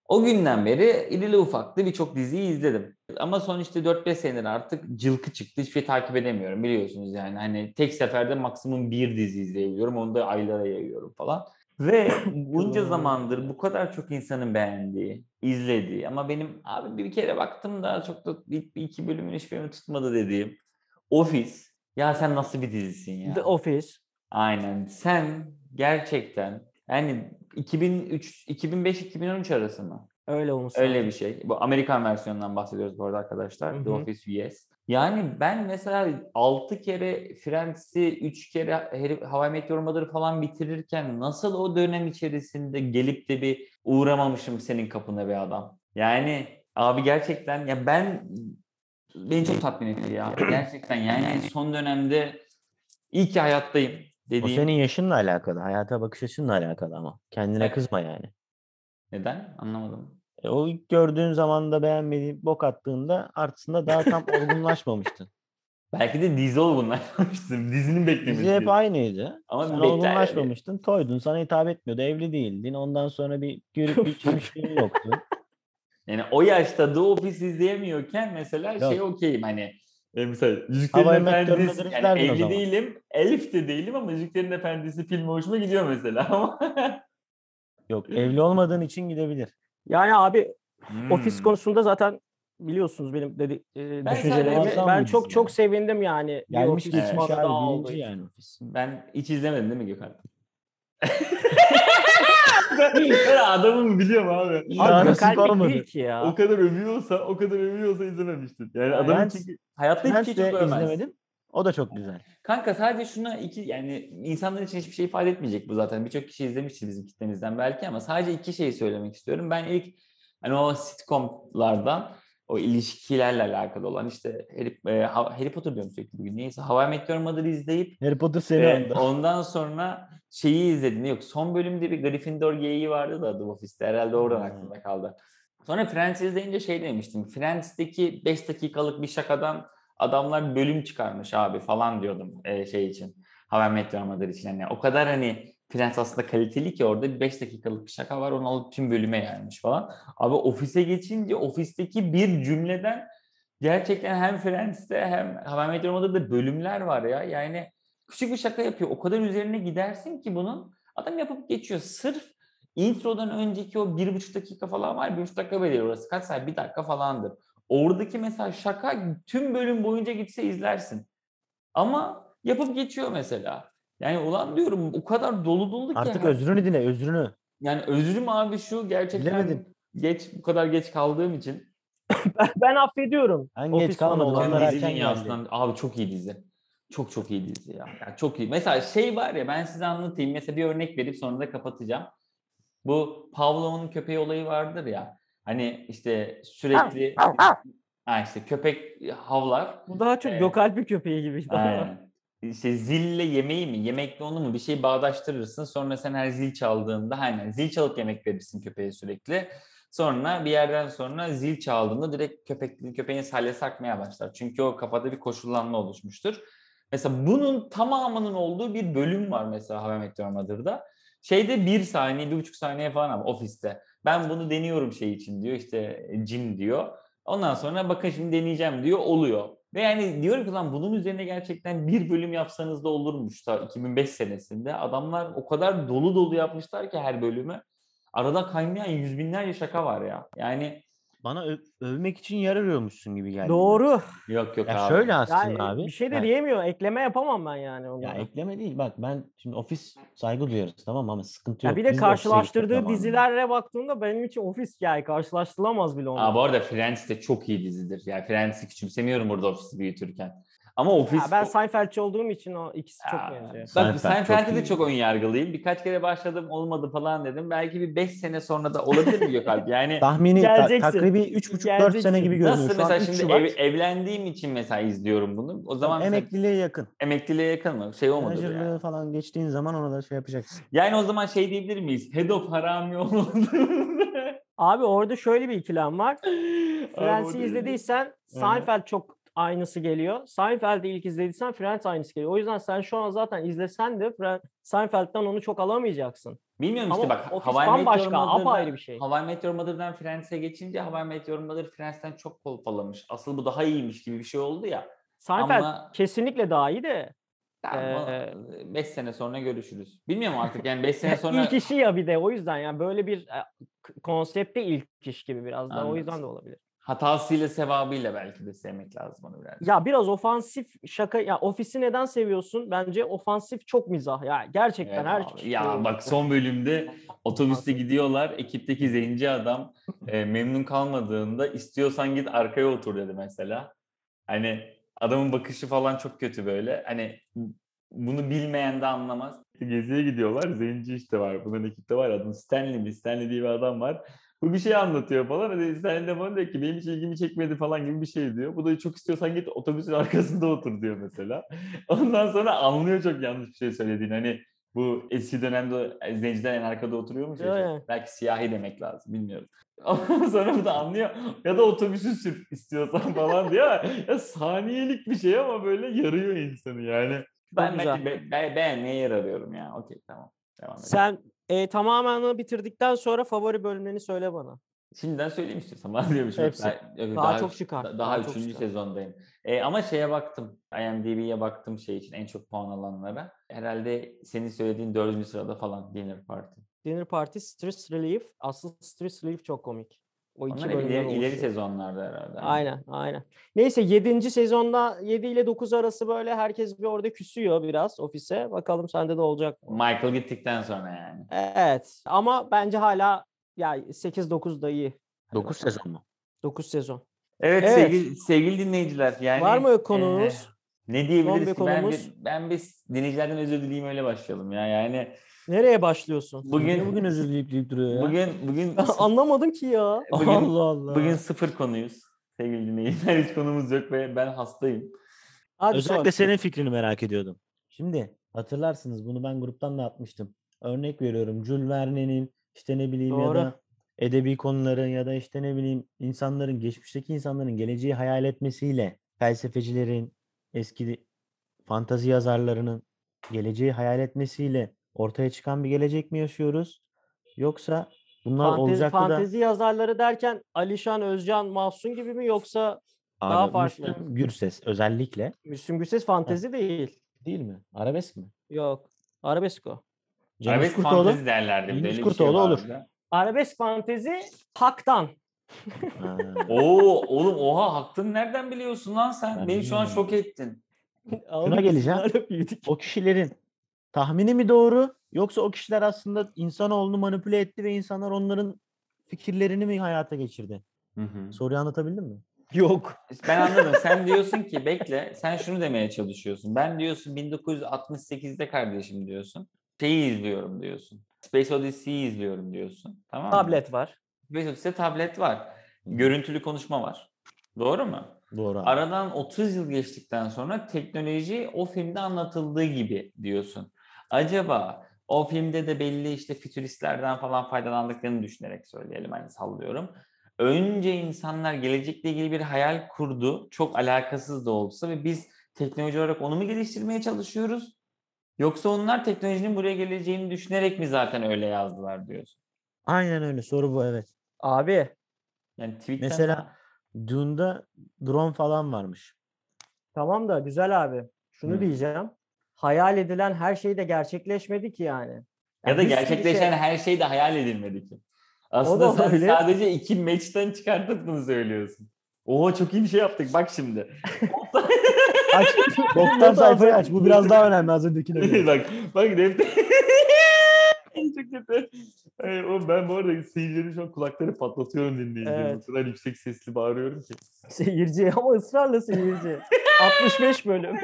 O günden beri irili ufaklı birçok diziyi izledim. Ama son işte 4-5 senedir artık cılkı çıktı. Hiçbir şey takip edemiyorum biliyorsunuz yani. Hani tek seferde maksimum bir dizi izleyebiliyorum. Onu da aylara yayıyorum falan. Ve bunca Kullanılıyor. zamandır bu kadar çok insanın beğendiği, izlediği ama benim abi bir kere baktım da çok da bir, bir iki bölümün hiçbirini tutmadı dediğim Ofis. Ya sen nasıl bir dizisin ya? The Office. Aynen. Sen gerçekten yani 2003 2005 2013 arası mı? Öyle olmuş. Öyle bir şey. Bu Amerikan versiyonundan bahsediyoruz bu arada arkadaşlar. Hı The hı. Office US. Yani ben mesela 6 kere Friends'i, 3 kere Harry- How I Met Your Mother'ı falan bitirirken nasıl o dönem içerisinde gelip de bir uğramamışım senin kapına be adam. Yani abi gerçekten ya ben beni çok tatmin etti ya. Gerçekten yani son dönemde iyi ki hayattayım O dediğim. senin yaşınla alakalı. Hayata bakış açınla alakalı ama. Kendine Evet. kızma yani. Neden? Anlamadım. E, o ilk gördüğün zaman da beğenmediğin bok attığında artısında daha tam olgunlaşmamıştın. Belki de dizi olgunlaşmamıştır. Dizinin beklemesi. Bizi hep aynıydı. Ama Sen bekler- olgunlaşmamıştın. Toydun. Sana hitap etmiyordu. Evli değildin. Ondan sonra bir görüp bir çirmişliğin yoktu. Yani o yaşta The Office izleyemiyorken mesela Yok. şey okeyim hani e, mesela Yüzüklerin How I Met Your Efendisi Mother'ı yani izlerdin o evli zaman. değilim, Elif de değilim ama Yüzüklerin Efendisi filmi hoşuma gidiyor mesela ama Yok. Evli olmadığın için gidebilir. Yani abi ofis Hmm. konusunda zaten biliyorsunuz benim dedi e, Ben düşüncelerimi. sadece- Ben çok Yani. çok sevindim yani. bir Gelmiş ofis geçmiş uzmanı abi. daha olduğu Birinci için. yani ofis. Ben hiç izlemedim değil mi Gökhan? ben, ben adamımı biliyorum abi. İyi Abi arası Gökalp kalmadı. değil ki ya. O kadar övüyorsa, o kadar övüyorsa izlememiştin. Yani Ya adamın ben- çünkü hayatta hiçbir şey Friends de çok övmez. izlemedim. O da çok güzel. Kanka sadece şuna iki yani insanlar için hiçbir şey ifade etmeyecek bu zaten. Birçok kişi izlemiştir bizim kitlemizden belki ama sadece iki şey söylemek istiyorum. Ben ilk hani o sitcomlardan o ilişkilerle alakalı olan işte Harry, e, Ha- Harry Potter diyorum sürekli bugün neyse How I Met Your Mother'ı izleyip Harry Potter Ee, seni andı. ondan sonra şeyi izledin. Yok son bölümde bir Gryffindor geyiği vardı da The Office'te. Herhalde oradan Hmm. aklımda kaldı. Sonra Friends izleyince şey demiştim. Friends'teki 5 dakikalık bir şakadan adamlar bölüm çıkarmış abi falan diyordum e, şey için. Hava Meteor Mother için. Yani o kadar hani Friends aslında kaliteli ki orada 5 dakikalık bir şaka var. Onu alıp tüm bölüme yaymış falan. Abi ofise geçince ofisteki bir cümleden gerçekten hem Friends'te hem Hava Meteor Mother'da bölümler var ya. Yani küçük bir şaka yapıyor. O kadar üzerine gidersin ki bunun. Adam yapıp geçiyor. Sırf introdan önceki o bir buçuk dakika falan var. Bir buçuk dakika belirli orası. Kaç saat? Bir dakika falandır. Oradaki mesela şaka tüm bölüm boyunca gitse izlersin. Ama yapıp geçiyor mesela. Yani ulan diyorum o kadar dolu dolu ki. Artık her- özrünü dile özrünü. Yani özrüm abi şu gerçekten Bilemedim. geç bu kadar geç kaldığım için. Ben affediyorum. Ben Ofis geç kalmadım. falan Onlar Onlar dizi erken geldi. dünyasından abi çok iyi dizi. Çok çok iyi dizi ya. Ya çok iyi. Mesela şey var ya ben size anlatayım. Mesela bir örnek verip sonra da kapatacağım. Bu Pavlov'un köpeği olayı vardır ya. Hani işte sürekli ha işte köpek havlar. Bu daha çok Ee, Gökalp'in köpeği gibiydi. ama. Aynen. İşte zille yemeği mi, yemekle onu mu bir şey bağdaştırırsın. Sonra sen her zil çaldığında aynen zil çalıp yemek verirsin köpeğe sürekli. Sonra bir yerden sonra zil çaldığında direkt köpek, köpeğin salyası akmaya başlar. Çünkü o kafada bir koşullanma oluşmuştur. Mesela bunun tamamının olduğu bir bölüm var mesela Hava Meteor Mother'da. Şeyde bir saniye, bir buçuk saniye falan ama ofiste. Ben bunu deniyorum şey için diyor işte Jim diyor. Ondan sonra bakın şimdi deneyeceğim diyor oluyor. Ve yani diyorum ki lan bunun üzerine gerçekten bir bölüm yapsanız da olurmuş ta 2005 senesinde. Adamlar o kadar dolu dolu yapmışlar ki her bölümü. Arada kaynayan yüz binlerce şaka var ya. Yani Bana ö- övmek için yer arıyormuşsun gibi geldi. Doğru. yok yok Ya abi. şöyle aslında Yani abi. bir şey de Ha. diyemiyor. Ekleme yapamam ben yani ona. Ya Ya, ekleme değil bak ben şimdi ofis saygı duyarız tamam mı? ama sıkıntı yok. bir de Biz ofise gittik karşılaştırdığı zamanında. dizilerle baktığımda benim için ofis yani karşılaştırılamaz bile onlar. Aa, bu arada Friends de çok iyi dizidir. Yani Friends'i küçümsemiyorum burada ofisi büyütürken. Ama ofis... Ya ben Seinfeldçi olduğum için o ikisi çok Aa, bence. Bak Seinfeld Seinfeld'e çok de iyi. çok ön yargılıyım. Birkaç kere başladım olmadı falan dedim. Belki bir 5 sene sonra da olabilir mi Gökalp? Yani Tahmini ta- Geleceksin. takribi 3,5-4 sene gibi görünüyor. Nasıl Şu an mesela üç şimdi Şubat. ev- evlendiğim için mesela izliyorum bunu. O zaman mesela emekliliğe yakın. emekliliğe yakın mı? Şey olmadı Menajerliğe yani. falan geçtiğin zaman ona da şey yapacaksın. Yani o zaman şey diyebilir miyiz? Head of harami olmadı. Abi orada şöyle bir ikilem var. Friends'i Abi o izlediysen Seinfeld çok aynısı geliyor. Seinfeld'i ilk izlediysen Friends aynısı geliyor. O yüzden sen şu an zaten izlesen de Fren- Seinfeld'den onu çok alamayacaksın. Bilmiyorum işte Ama bak. Office How I Met Your bambaşka, Mother'dan- apayrı bir şey. How I Met Your Mother'dan Friends'e geçince How I Met Your Mother Friends'ten çok kolpalamış. Asıl bu daha iyiymiş gibi bir şey oldu ya. Seinfeld Ama- kesinlikle daha iyi de Tamam, Ee, 5 sene sonra görüşürüz. Bilmiyorum artık yani 5 sene sonra ilk işi ya bir de o yüzden yani böyle bir e, k- konsepte ilk iş gibi biraz daha o Anladım. yüzden de olabilir. hatasıyla sevabıyla belki de sevmek lazım onu biraz. Ya biraz ofansif şaka ya ofisi neden seviyorsun? Bence ofansif çok mizah ya gerçekten Evet her abi. şey. Ya bak son bölümde otobüste gidiyorlar. Ekipteki zenci adam e, memnun kalmadığında istiyorsan git arkaya otur dedi mesela. Hani adamın bakışı falan çok kötü böyle. Hani bunu bilmeyen de anlamaz. Geziye gidiyorlar. Zenci işte var. Bunların ekipte var. Adı Stanley mi? Stanley diye bir adam var. Bu bir şey anlatıyor falan. Hani Stanley de bana diyor ki benim hiç ilgimi çekmedi falan gibi bir şey diyor. Bu da çok istiyorsan git otobüsün arkasında otur diyor mesela. Ondan sonra anlıyor çok yanlış bir şey söylediğini. Hani bu eski dönemde zenciden en arkada oturuyormuş ya. Öyle. Belki siyahi demek lazım bilmiyorum. Ondan sonra bu da anlıyor. Ya da otobüsü sür istiyorsan falan diyor. ama Ya saniyelik bir şey ama böyle yarıyor insanı yani. Ben, güzel. ben, ben, ben beğenmeye yer arıyorum ya. Okey tamam. Devam edelim. Sen e, tamamen bitirdikten sonra favori bölümlerini söyle bana. Şimdiden söyleyeyim istiyorsan. Ben diyormuşum. Hepsi. Ben- Daha çok çıkar, da- Daha, daha çok üçüncü çıkar. sezondayım. E, ama şeye baktım. IMDb'ye baktım şey için en çok puan alanlara. Herhalde senin söylediğin dördüncü sırada falan Dinner Party. Dinner Party, Stress Relief. Asıl Stress Relief çok komik. O iki Onlar bölümden hep ileri, ileri oluşuyor. sezonlarda herhalde. Aynen aynen. Neyse 7. sezonda 7 ile 9 arası böyle herkes bir orada küsüyor biraz ofise. Bakalım sende de olacak. mı? Michael gittikten sonra yani. Evet ama bence hala yani 8-9 da iyi. 9 sezon mu? 9 sezon. Evet, Evet. Sevgili, sevgili dinleyiciler yani Var mı eee, konumuz? ne diyebiliriz bir ki ben bir, konumuz? ben bir dinleyicilerden özür dileyim öyle başlayalım ya yani Nereye başlıyorsun? Bugün, bugün bugün özür dileyip dileyip duruyor ya. bugün bugün Anlamadım ki ya. bugün- Allah Allah. bugün sıfır konuyuz sevgili dinleyiciler hiç konumuz yok ve ben hastayım Hadi sor. Özellikle senin fikrini merak ediyordum. Şimdi hatırlarsınız bunu ben gruptan da atmıştım. Örnek veriyorum Jules Verne'nin işte ne bileyim ya Doğru. da edebi konuların ya da işte ne bileyim insanların geçmişteki insanların geleceği hayal etmesiyle felsefecilerin eski fantazi yazarlarının geleceği hayal etmesiyle ortaya çıkan bir gelecek mi yaşıyoruz? Yoksa bunlar Fantezi, olacaktı da fantezi yazarları derken Alişan, Özcan, Mahsun gibi mi yoksa daha Abi, farklı. Müslüm Gürses özellikle Müslüm Gürses fantezi değil. değil mi? Arabesk mi? Yok. Arabesk o. Cengiz arabesk Kurtoğlu. fantezi derlerdi bir de, Cengiz öyle bir Kurtoğlu şey olur. vardı. Arabesk fantezi haktan. Ha, Oo oğlum oha haktın nereden biliyorsun lan sen Ben beni şu an bilmiyorum. şok ettin Ağzını geleceğim. sıçrarak yedik. o kişilerin tahmini mi doğru yoksa o kişiler aslında insanoğlunu manipüle etti ve insanlar onların fikirlerini mi hayata geçirdi? Hı hı. Soruyu anlatabildim mi? Yok. Ben anladım. Sen diyorsun ki bekle. Sen şunu demeye çalışıyorsun. Ben diyorsun 1968'de kardeşim diyorsun. Şeyi izliyorum diyorsun. Space Odyssey'yi izliyorum diyorsun. Tamam mı? Tablet var. Space Odyssey'de tablet var. Görüntülü konuşma var. Doğru mu? Doğru. abi. Aradan 30 yıl geçtikten sonra teknoloji o filmde anlatıldığı gibi diyorsun. Acaba o filmde de belli işte fütüristlerden falan faydalandıklarını düşünerek söyleyelim hani sallıyorum. Önce insanlar gelecekle ilgili bir hayal kurdu. Çok alakasız da olsa ve biz teknoloji olarak onu mu geliştirmeye çalışıyoruz? Yoksa onlar teknolojinin buraya geleceğini düşünerek mi zaten öyle yazdılar diyorsun? Aynen öyle soru bu evet. Abi Yani tweet'ten Mesela falan- Dune'da drone falan varmış. tamam da güzel abi. Şunu Hı. diyeceğim. Hayal edilen her şey de gerçekleşmedi ki yani. Ya da bir sürü gerçekleşen şey- her şey de hayal edilmedi ki. Aslında da sen olabilir. sadece iki meçten çıkartıp bunu söylüyorsun. Oha çok iyi bir şey yaptık bak şimdi. Aç. Doktan sayfayı aç. Bu biraz daha önemli az öncekine göre. bak bak defter. çok kötü. Ay, oğlum ben bu arada seyircilerin şu an kulakları patlatıyorum dinleyicilerin. Evet. O kadar yüksek sesli bağırıyorum ki. Seyirci ama ısrarla seyirci. 65 bölüm. O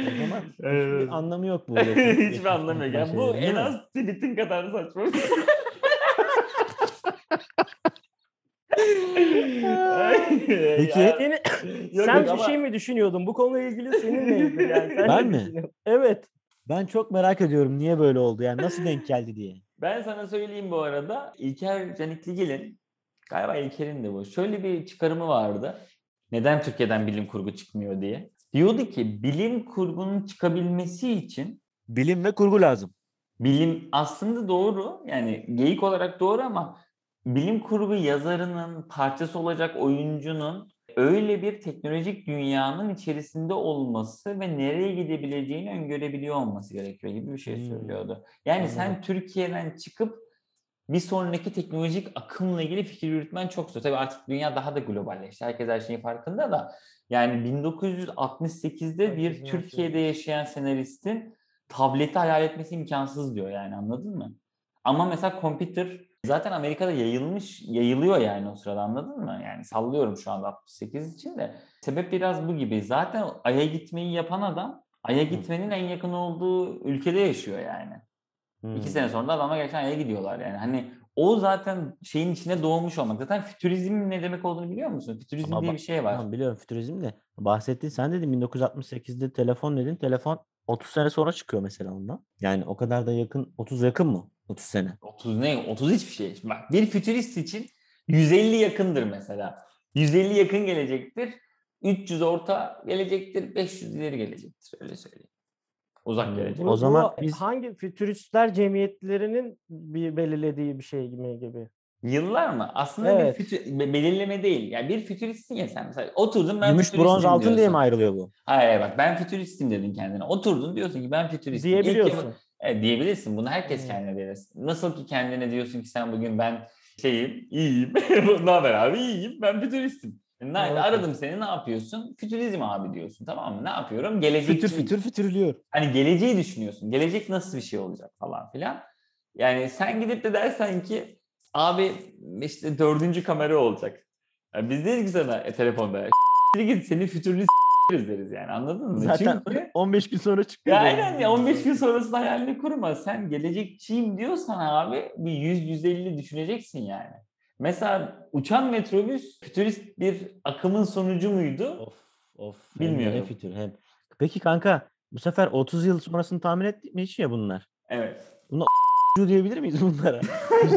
zaman hiçbir Evet. anlamı yok bu. Hiçbir anlamı yok. Yani bu Şey, Şeylerin, en değil mi? az tweet'in kadar saçma. Peki. Senin- Yok, sen yok bir ama- şey mi düşünüyordun? Bu konuyla ilgili senin neydi? Yani sen Ben ne mi? düşünüyordun? Evet. Ben çok merak ediyorum niye böyle oldu yani nasıl denk geldi diye. Ben sana söyleyeyim bu arada. İlker Canikligil'in galiba İlker'in de bu. Şöyle bir çıkarımı vardı. Neden Türkiye'den bilim kurgu çıkmıyor diye. Diyordu ki bilim kurgunun çıkabilmesi için Bilim ve kurgu lazım. bilim aslında doğru yani geyik olarak doğru ama bilim kurgu yazarının parçası olacak oyuncunun öyle bir teknolojik dünyanın içerisinde olması ve nereye gidebileceğini öngörebiliyor olması gerekiyor gibi bir şey Hmm. söylüyordu. Yani sen Anladım. Türkiye'den çıkıp bir sonraki teknolojik akımla ilgili fikir yürütmen çok zor. Tabii artık dünya daha da globalleşti. Herkes her şeyin farkında da yani 1968'de Herkesin her bir şeyi. Türkiye'de yaşayan senaristin tableti hayal etmesi imkansız diyor yani anladın mı? Ama mesela computer zaten Amerika'da yayılmış, yayılıyor yani o sırada anladın mı? Yani sallıyorum şu anda 68 için de. Sebep biraz bu gibi. Zaten Ay'a gitmeyi yapan adam Ay'a gitmenin en yakın olduğu ülkede yaşıyor yani. İki sene sonra da adama gerçekten Ay'a gidiyorlar yani. Hani o zaten şeyin içine doğmuş olmak. Zaten fütürizmin ne demek olduğunu biliyor musun? Fütürizm Ama diye bak- bir şey var. Tamam biliyorum fütürizm de. Bahsettin sen dedin 1968'de telefon dedin. Telefon 30 sene sonra çıkıyor mesela ondan. Yani o kadar da yakın. 30 yakın mı? 30 sene. 30 ne? 30 hiçbir şey. Bak bir fütürist için 150 yakındır mesela. 150 yakın gelecektir. 300 orta gelecektir. 500 ileri gelecektir. Öyle söyleyeyim. Hmm. Uzak gelecek. Bu- bu zaman biz- hangi fütüristler cemiyetlerinin bir belirlediği bir şey gibi gibi. Yıllar mı? Aslında Evet. bir fütü- be- belirleme değil. Yani bir fütüristsin ya sen mesela. Oturdun ben Gümüş, fütüristim bronz, altın diye diyorsun. mi ayrılıyor bu? Hayır hayır bak ben fütüristim dedin kendine. Oturdun diyorsun ki ben fütüristim. İlk yapı- Diyebiliyorsun. E, diyebilirsin. Bunu herkes Hmm. kendine diyebilirsin. Nasıl ki kendine diyorsun ki sen bugün ben şeyim, iyiyim. ne haber abi iyiyim. Ben fütüristim. E, Ne, Evet. aradım seni ne yapıyorsun? Fütürizm abi diyorsun tamam mı? Ne yapıyorum? Gelecek Fütür fütür fütürlüyor. Hani geleceği düşünüyorsun. Gelecek nasıl bir şey olacak falan filan. Yani sen gidip de dersen ki abi işte dördüncü kamera olacak. Ya biz deriz ki sana e, telefonda "Yürü git seni fütürlü deriz yani anladın mı? Zaten Çünkü 15 gün sonra çıkıyor. ya bu. aynen ya 15 gün sonrasında hayalini kurma. Sen gelecekçiyim diyorsan abi bir 100-150 düşüneceksin yani. Mesela uçan metrobüs fütürist bir akımın sonucu muydu? Of of. hem de Ne Bilmiyorum. fütür hem. Peki kanka bu sefer 30 yıl sonrasını tahmin etmiş ya bunlar. Evet. Şu diyebilir miyiz bunlara?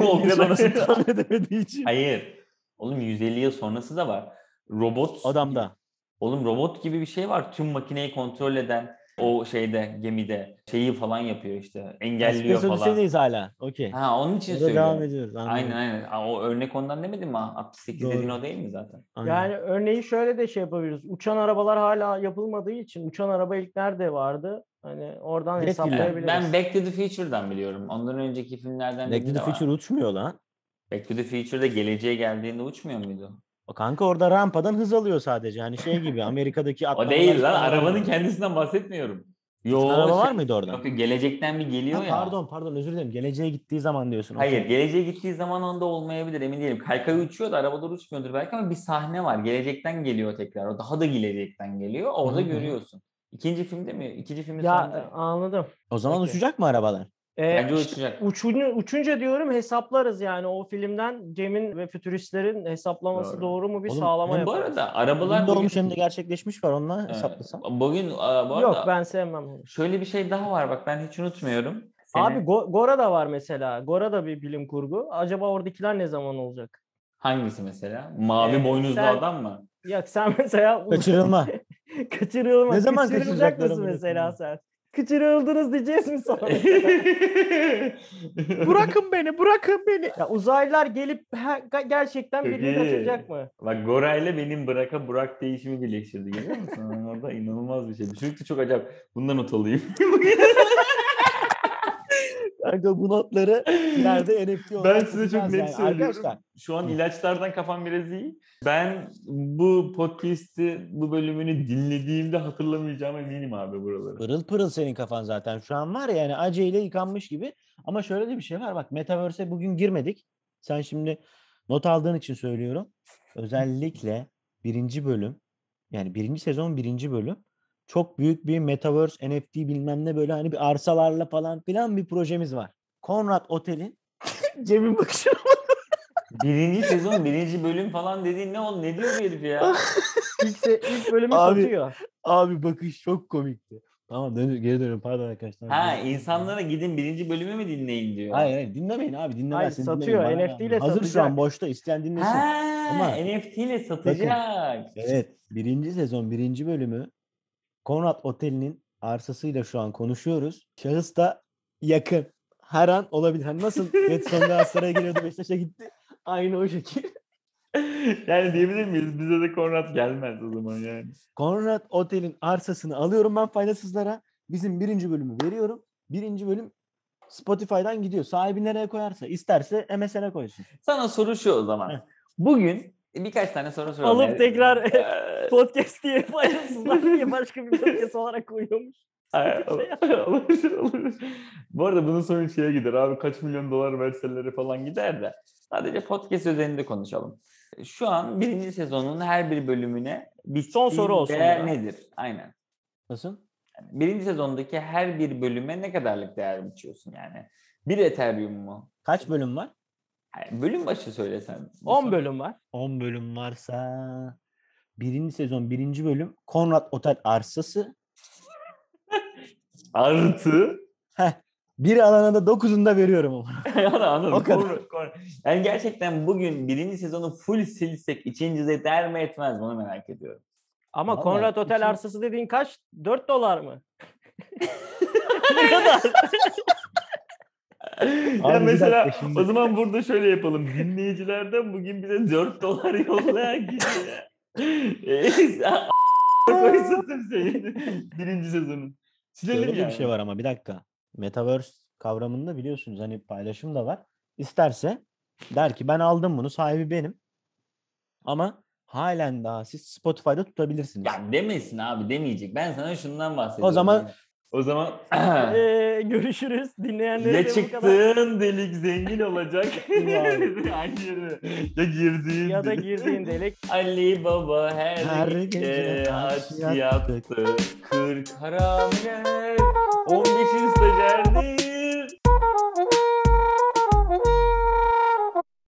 O kadar- sonrasını tahmin edemediği için. Hayır. Oğlum 150 yıl sonrası da var. Robot. Adamda. Oğlum robot gibi bir şey var. Tüm makineyi kontrol eden o şeyde gemide şeyi falan yapıyor işte. Engelliyor Space falan. Odyssey'deyiz hala. Okey. Ha onun için Orada devam söylüyorum. ediyoruz. anladım. Aynen aynen. Aa, O örnek ondan demedim mi? 68 Doğru. dediğin o değil mi zaten? Aynen. Yani örneği şöyle de şey yapabiliriz. Uçan arabalar hala yapılmadığı için uçan araba ilk nerede vardı? Hani oradan Jet ile. hesaplayabiliriz. Ben Back to the Future'dan biliyorum. Ondan önceki filmlerden Back to biri the de var. Future uçmuyor lan. Back to the Future'da geleceğe geldiğinde uçmuyor muydu? O Kanka orada rampadan hız alıyor sadece. Hani şey gibi Amerika'daki O atlamalar değil lan. falan Arabanın var. kendisinden bahsetmiyorum. Yo, Araba var şey- mıydı orada? Yok, gelecekten bir geliyor Ha, ya. pardon pardon özür dilerim. Geleceğe gittiği zaman diyorsun. okey. Hayır, geleceğe gittiği zaman onda olmayabilir emin değilim. Kaykay uçuyor da arabalar uçmuyordur belki ama bir sahne var. Gelecekten geliyor tekrar. O daha da gelecekten geliyor. Orada Hı hı. görüyorsun. İkinci filmde mi? İkinci filmin Ya e, sonunda. anladım. O zaman Peki. uçacak mı arabalar? Ee, Bence uçacak. uçunca, uçunca diyorum hesaplarız yani o filmden Cem'in ve fütüristlerin hesaplaması Doğru. doğru, mu bir Oğlum, sağlama hem Bu yaparız. arada arabalar Hem de bugün- olmuş hem de gerçekleşmiş var onunla Evet. hesaplasam. Bugün aa, bu arada Yok ben sevmem onu. şöyle bir şey daha var bak ben hiç unutmuyorum. Seni- Abi Go- Gora da var mesela. Gora da bir bilim kurgu. Acaba oradakiler ne zaman olacak? hangisi mesela? Mavi Ee, boynuzlu sen- adam mı? Ya sen mesela Kaçırılma. kaçırılma. Ne zaman kaçırılacak kaçıracaklar mısın amına mesela koyayım? sen? Kaçırıldınız diyeceğiz mi sana? bırakın beni, bırakın beni. Ya uzaylılar gelip her- ga- gerçekten Çok birini iyi. kaçıracak mı? Bak Gora ile benim Burak'a Burak değişimi birleştirdi görüyor musun? Yani orada inanılmaz bir şey. Çocuk da çok acayip. Bundan not alayım. Kanka bu notları ileride NFT ben olarak size çok tutacağız net yani. söylüyorum. Arkadaşlar Şu an Hı. ilaçlardan kafam biraz iyi. Ben bu podcast'i, bu bölümünü dinlediğimde hatırlamayacağım eminim abi buraları. pırıl pırıl senin kafan zaten. Şu an var ya yani aceyle yıkanmış gibi. Ama şöyle de bir şey var. Bak Metaverse'e bugün girmedik. Sen şimdi not aldığın için söylüyorum. Özellikle birinci bölüm yani birinci sezon birinci bölüm çok büyük bir Metaverse NFT bilmem ne böyle hani bir arsalarla falan filan bir projemiz var. Konrad Otel'in Cem'in bakışı birinci sezon, birinci bölüm falan dediğin ne oldu? Ne diyor bu herif ya? İlk, se- ilk bölümü Abi, satıyor. Abi bakış çok komikti. Tamam dön geri dönüyorum pardon arkadaşlar. Ha Özür dilerim. insanlara gidin birinci bölümü mü dinleyin diyor. Hayır hayır dinlemeyin abi dinlemezsin. satıyor, dinlemeyin, bana NFT ne ile abi. Hazır şu satacak. an boşta isteyen dinlesin. Ha, Ama- NFT ile satacak. Evet birinci sezon birinci bölümü Konrad Oteli'nin arsasıyla şu an konuşuyoruz. Şahıs da yakın. Her an olabilir. Hani nasıl Getson'da Galatasaray'a geliyordu Beşiktaş'a gitti. Aynı o şekil. yani diyebilir miyiz? Bize de Konrad gelmez o zaman yani. Konrad Otel'in arsasını alıyorum ben faydasızlara. Bizim birinci bölümü veriyorum. Birinci bölüm Spotify'dan gidiyor. Sahibi nereye koyarsa isterse MSN'e koysun. Sana soru şu o Heh. zaman. Bugün birkaç tane soru soralım. Alıp tekrar- Eee, Podcast diye paylaşsınlar diye başka bir podcast olarak koyuyormuş. şey ay, olabilir, olabilir. Bu arada bunun sonu şeye gider abi kaç milyon dolar verseleri falan gider de. Sadece podcast üzerinde konuşalım. Şu an birinci sezonun her bir bölümüne bir Son soru olsun Değer ya. nedir? Aynen. Nasıl? Yani Birinci sezondaki her bir bölüme ne kadarlık değer biçiyorsun yani? Bir Ethereum mu? Kaç bölüm var? Yani bölüm başı söylesen. 10 bölüm var. 10 bölüm varsa birinci sezon birinci bölüm Konrad Otel arsası Artı Bir alana da 9'unu da veriyorum ama. yani anladın. O kadar. Kor- kor- Yani gerçekten bugün birinci sezonu full silsek içinci eder mi etmez bunu merak ediyorum. Ama Vallahi Konrad Otel iki- arsası dediğin kaç? 4 dolar mı? ne kadar? ya Abi bir mesela dakika şimdi. o zaman burada şöyle yapalım. Dinleyicilerden bugün bize 4 dolar yollayan kişi ya. E, sen a- koysun seni. Birinci sezonun. Silelim Şöyle de yani. bir şey var ama bir dakika. Metaverse kavramında biliyorsunuz hani paylaşım da var. İsterse der ki ben aldım bunu sahibi benim. Ama halen daha siz Spotify'da tutabilirsiniz. Ya demesin abi demeyecek. Ben sana şundan bahsediyorum. O zaman- o zaman Ee, görüşürüz. Dinleyenlere ya de bu kadar. çıktığın delik zengin olacak. Aynı yere. Ya girdiğin Ya da delik. girdiğin delik. Ali Baba her, Her gece, gece aç aç yattı. Kırk haramiler, on beşin stajyerdi.